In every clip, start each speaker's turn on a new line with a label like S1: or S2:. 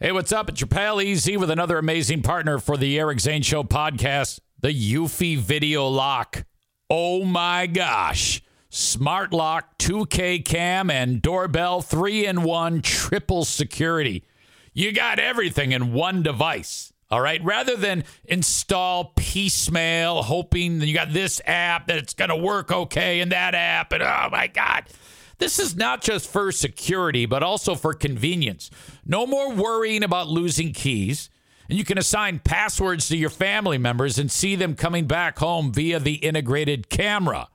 S1: Hey, what's up? It's your pal Easy with another amazing partner for the Eric Zane Show podcast, the Eufy Video Lock. Oh my gosh. Smart Lock 2K Cam and Doorbell 3 in 1 triple security. You got everything in one device. All right. Rather than install piecemeal, hoping that you got this app that it's going to work okay and that app, and oh my God. This is not just for security, but also for convenience. No more worrying about losing keys. And you can assign passwords to your family members and see them coming back home via the integrated camera.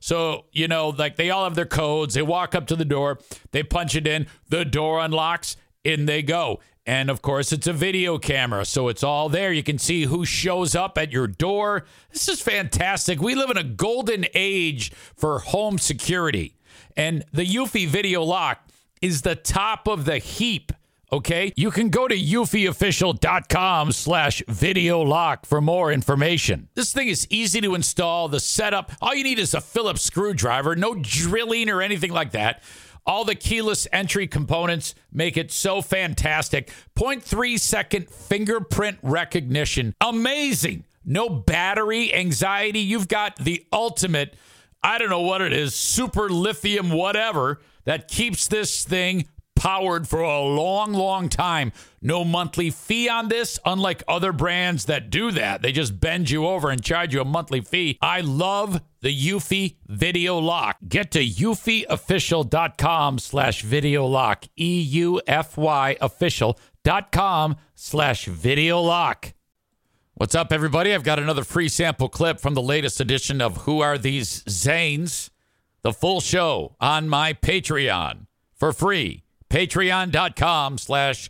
S1: So, you know, like they all have their codes. They walk up to the door, they punch it in, the door unlocks, in they go. And of course, it's a video camera, so it's all there. You can see who shows up at your door. This is fantastic. We live in a golden age for home security. And the Eufy Video Lock is the top of the heap. Okay, you can go to eufyofficial.com slash video lock for more information. This thing is easy to install, the setup. All you need is a Phillips screwdriver, no drilling or anything like that. All the keyless entry components make it so fantastic. 0.3 second fingerprint recognition. Amazing. No battery anxiety. You've got the ultimate. I don't know what it is, super lithium, whatever, that keeps this thing powered for a long, long time. No monthly fee on this, unlike other brands that do that. They just bend you over and charge you a monthly fee. I love the Eufy Video Lock. Get to eufyofficial.com slash video lock, E E-U-F-Y official.com slash video lock. What's up, everybody? I've got another free sample clip from the latest edition of Who Are These Zanes? The full show on my Patreon for free. Patreon.com slash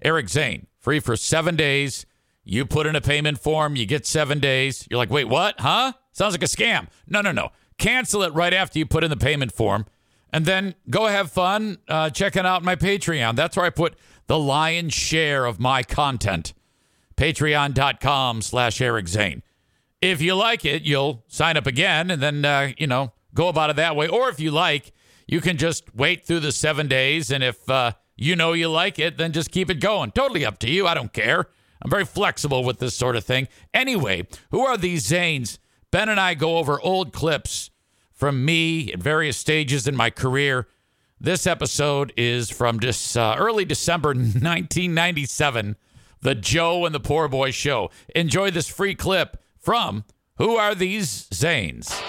S1: Eric Zane. Free for seven days. You put in a payment form, you get seven days. You're like, wait, what? Huh? Sounds like a scam. No, no, no. Cancel it right after you put in the payment form. And then go have fun uh, checking out my Patreon. That's where I put the lion's share of my content patreon.com slash eric zane if you like it you'll sign up again and then uh, you know go about it that way or if you like you can just wait through the seven days and if uh, you know you like it then just keep it going totally up to you i don't care i'm very flexible with this sort of thing anyway who are these zanes ben and i go over old clips from me at various stages in my career this episode is from just uh, early december 1997 the Joe and the Poor Boy Show. Enjoy this free clip from Who Are These Zanes?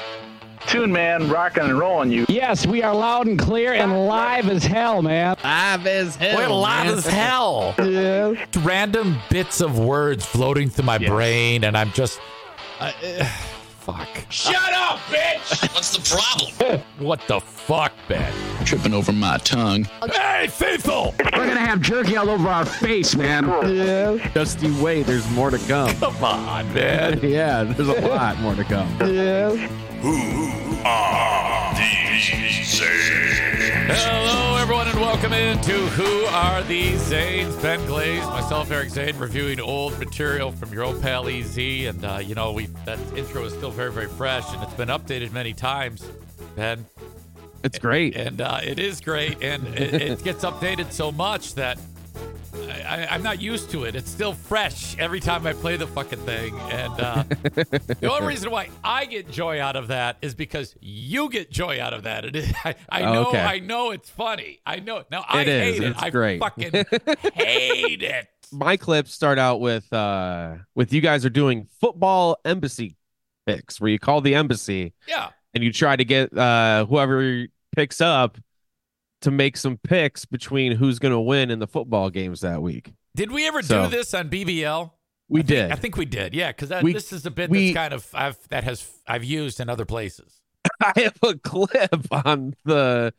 S2: Tune man, rocking and rolling you.
S3: Yes, we are loud and clear and live as hell, man.
S4: Live as hell.
S1: We're live
S4: man.
S1: as hell.
S3: Yeah.
S1: Random bits of words floating through my brain, and I'm just. I- uh, fuck.
S5: Shut up, bitch! What's the problem?
S1: What the fuck, Ben?
S4: Tripping over my tongue.
S1: Hey, faithful!
S3: We're gonna have jerky all over our face, man. Yeah.
S6: Dusty, wait, there's more to come.
S1: Come on, man.
S6: yeah, there's a lot more to come.
S3: Yeah.
S1: Hello, everyone, and welcome into Who Are These Zanes? Ben Glaze, myself, Eric Zane, reviewing old material from your old pal EZ. And, uh, you know, we that intro is still very, very fresh, and it's been updated many times, Ben.
S6: It's great.
S1: And uh, it is great, and it, it gets updated so much that I, I, I'm not used to it. It's still fresh every time I play the fucking thing. And uh, the only reason why I get joy out of that is because you get joy out of that. It is, I, I
S6: Oh,
S1: know,
S6: okay.
S1: I know it's funny. I know it. Now I
S6: It is.
S1: hate it.
S6: It's
S1: I
S6: great.
S1: fucking hate it.
S6: My clips start out with uh with you guys are doing football embassy picks where you call the embassy
S1: Yeah,
S6: and you try to get uh whoever picks up to make some picks between who's going to win in the football games that week.
S1: did we ever
S6: So-
S1: do this on BBL?
S6: We
S1: I
S6: did.
S1: think, I think we did. Yeah, because
S6: We-
S1: this is a bit
S6: we-
S1: that's kind of I've that has I've used in other places.
S6: I have a clip on the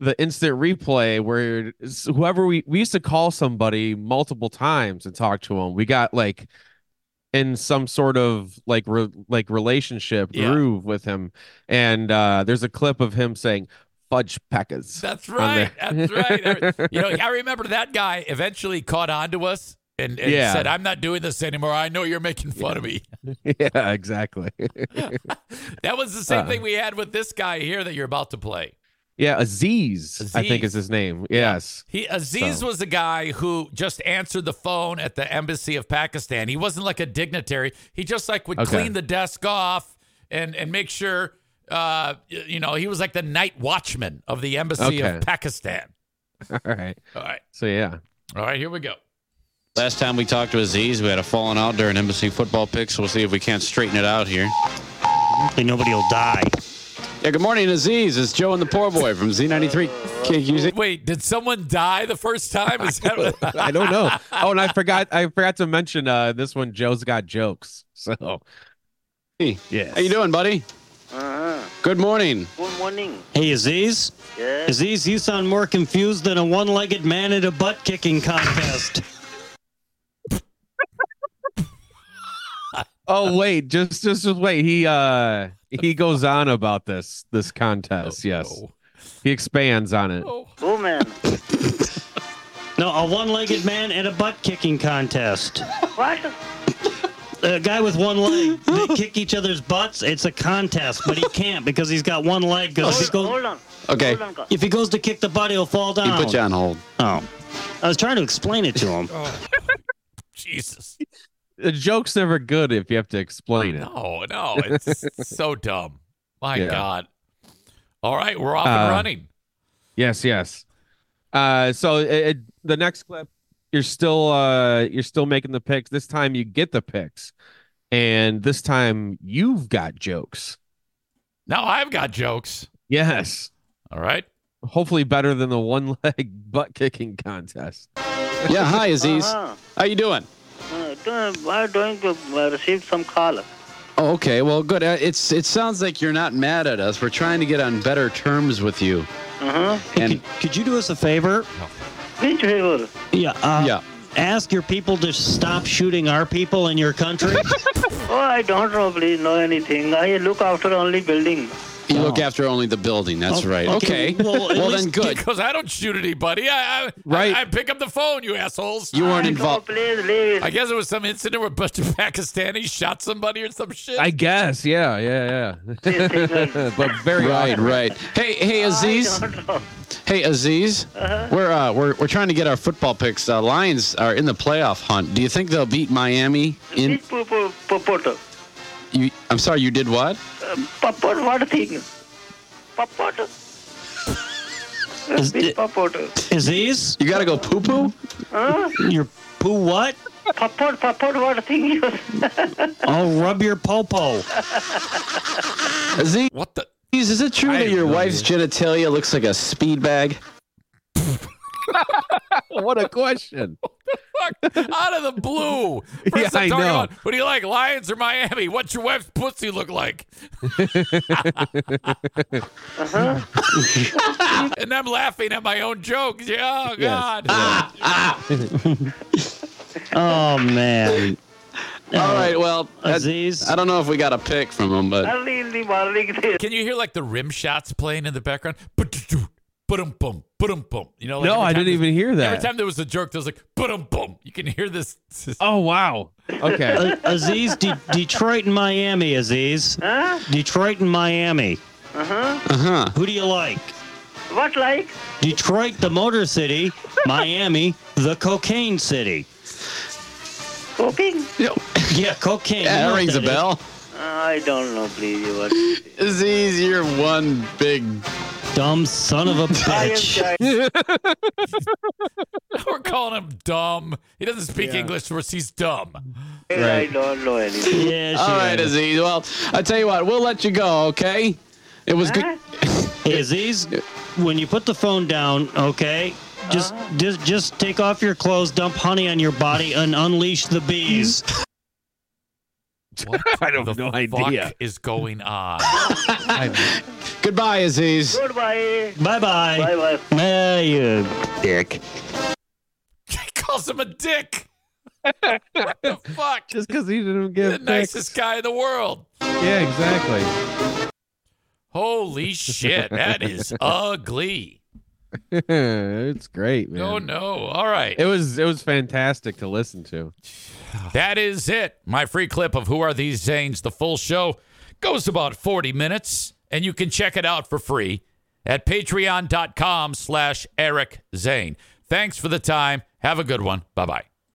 S6: the instant replay where it's whoever we we used to call somebody multiple times and talk to them. We got like in some sort of like re, like relationship
S1: Yeah.
S6: groove with him, and uh there's a clip of him saying "fudge peckers."
S1: That's
S6: on
S1: right.
S6: there.
S1: That's right. You know, I remember that guy eventually caught on to us and, and
S6: Yeah.
S1: said, I'm not doing this anymore. I know you're making fun of me.
S6: yeah, exactly.
S1: That was the same
S6: Uh.
S1: thing we had with this guy here that you're about to play.
S6: Yeah, Aziz, I think
S1: Aziz.
S6: is his name. Yes.
S1: He Aziz
S6: So-
S1: was the guy who just answered the phone at the embassy of Pakistan. He wasn't like a dignitary. He just like would
S6: Okay.
S1: clean the desk off and and make sure uh y- you know, he was like the night watchman of the embassy of
S6: Okay.
S1: Pakistan.
S6: All right.
S1: All right.
S6: So yeah.
S1: All right, here we go.
S5: Last time we talked to Aziz, we had a falling out during embassy football picks. we'll see if we can't straighten it out here.
S7: Hopefully nobody will die.
S4: Yeah, good morning, Aziz. It's Joe and the Poor Boy from Z93 KQZ.
S1: Wait, did someone die the first time? Is that
S6: I don't know. Oh, and I forgot I forgot to mention uh this one Joe's got jokes. So
S7: Yes.
S4: How you doing, buddy?
S8: Uh-huh.
S4: Good morning.
S8: Good morning.
S7: Hey, Aziz.
S8: Yes.
S7: Aziz, you sound more confused than a one-legged man at a butt-kicking contest.
S6: Oh wait, just just just wait. He uh he goes on about this this contest. yes.
S1: Oh,
S6: He expands on it.
S1: oh.
S8: Oh man.
S7: no, a one-legged man at a butt-kicking contest.
S8: What?
S7: A guy with one leg, they kick each other's butts. It's a contest, but he can't because he's got one leg. Because
S8: Hold,
S7: he goes,
S8: hold on.
S4: Okay,
S8: Hold on. God.
S7: if he goes to kick the butt, he'll fall
S4: he
S7: down.
S4: put you on hold.
S7: oh, I was trying to explain it to him.
S1: Jesus.
S6: The joke's never good if you have to explain it.
S1: No, no. It's so dumb. My
S6: Yeah.
S1: God. All right, we're off and
S6: Uh,
S1: running.
S6: Yes, yes. Uh, so it, it, the next clip, you're still uh, you're still making the picks. This time you get the picks, and this time you've got jokes.
S1: Now I've got jokes.
S6: Yes,
S1: All right.
S6: hopefully better than the one leg butt kicking contest.
S4: Yeah, hi, Aziz.
S8: Uh-huh.
S4: How you doing?
S8: Uh, do- I'm going to uh, receive some call.
S4: Oh, okay. Well, good. Uh, It's it sounds like you're not mad at us. We're trying to get on better terms with you.
S8: Uh-huh.
S4: And
S7: could, could you do us a favor?
S8: Which favor?
S7: Yeah. Uh,
S4: yeah,
S7: Ask your people to stop shooting our people in your country.
S8: Oh, I don't know, please, know anything. I look after only building.
S4: you look after only the building. That's
S7: Oh,
S4: right.
S7: okay.
S4: Okay.
S7: Well, at
S4: Well,
S7: least
S4: then good.
S1: Because I don't shoot anybody. I, I
S4: Right.
S1: I, I pick up the phone, you assholes.
S4: You weren't
S8: I know,
S4: involved.
S8: please leave
S1: I
S8: it.
S1: guess it was some incident where a bunch of Pakistanis shot somebody or some shit.
S6: I guess. Yeah, yeah,
S8: Please
S6: yeah.
S8: signal.
S6: but very
S4: Right,
S6: awkward.
S4: right. Hey, hey, Aziz.
S8: I don't know.
S4: Hey, Aziz. We're uh, we're we're trying to get our football picks. Uh, Lions are in the playoff hunt. Do you think they'll beat Miami? In
S8: Which po- po- popot?
S4: you, I'm sorry, you did what?
S8: Uh, popot, what thing? Popot?
S7: Is
S8: Which
S7: it-
S8: popot?
S7: Aziz,
S4: You gotta go poo poo.
S8: Huh?
S7: your poo what?
S8: Popot, popot, what thing? you-
S7: Oh, rub your popo.
S4: Aziz,
S1: what the?
S4: is it true
S6: I
S4: that your
S6: really-
S4: wife's genitalia looks like a speed bag?
S6: What a question.
S1: Fuck, out of the blue. First
S6: Yeah,
S1: I'm
S6: I
S1: talking
S6: know.
S1: about, what do you like, Lions or Miami? What's your wife's pussy look like?
S8: Uh-huh.
S1: and I'm laughing at my own jokes. Yeah, Oh, God.
S6: Ah.
S7: Oh man.
S4: All right, well, that-
S7: Aziz.
S4: I don't know if we got a pick from him, but
S8: Early in the morning, they
S1: Can you hear like the rim shots playing in the background? Ba-dum bum, ba-dum bum. You know, like
S6: No,
S1: every
S6: I
S1: time
S6: didn't
S1: there's-
S6: even hear
S1: Every
S6: that.
S1: time there was a jerk, there was like ba-dum bum. You can hear this.
S6: Oh wow. Okay.
S7: A- Aziz, De- Detroit and Miami, Aziz.
S8: Huh?
S7: Detroit and Miami.
S8: Uh-huh.
S4: uh-huh.
S7: Who do you like?
S8: What like?
S7: Detroit, the Motor City. Miami, the Cocaine City.
S8: Cooking?
S7: Yeah, cocaine. you
S4: Yeah,
S7: know
S4: that
S7: what
S4: rings a
S7: that
S4: bell.
S8: I don't know, please. What?
S4: Aziz, you're one big.
S7: is. Dumb son of a
S8: I am
S7: bitch.
S8: shy.
S1: We're calling him dumb. He doesn't speak English to us. He's dumb.
S8: I don't know anything.
S7: Yeah, she
S4: All right,
S7: is.
S4: Aziz. Well, I tell you what, we'll let you go. Okay. It was good.
S7: Hey, Aziz, when you put the phone down, okay, just
S8: Uh-huh.
S7: just just take off your clothes, dump honey on your body, and unleash the bees.
S1: What
S6: I don't
S1: the
S6: have no
S1: fuck
S6: idea.
S1: is going on?
S4: Goodbye, Aziz.
S8: Goodbye.
S7: Bye
S8: Bye
S7: bye.
S8: bye.
S7: Hey, you dick.
S1: he calls him a dick. what the fuck?
S6: Just because he didn't
S1: You're
S6: give
S1: the
S6: picks.
S1: nicest guy in the world.
S6: Yeah, exactly.
S1: Holy shit, that is ugly.
S6: it's great, man.
S1: No, no. All right.
S6: It was it was fantastic to listen to.
S1: That is it. My free clip of Who Are These Zanes, the full show, goes about 40 minutes, and you can check it out for free at patreon.com slash Eric Zane. Thanks for the time. Have a good one. Bye-bye.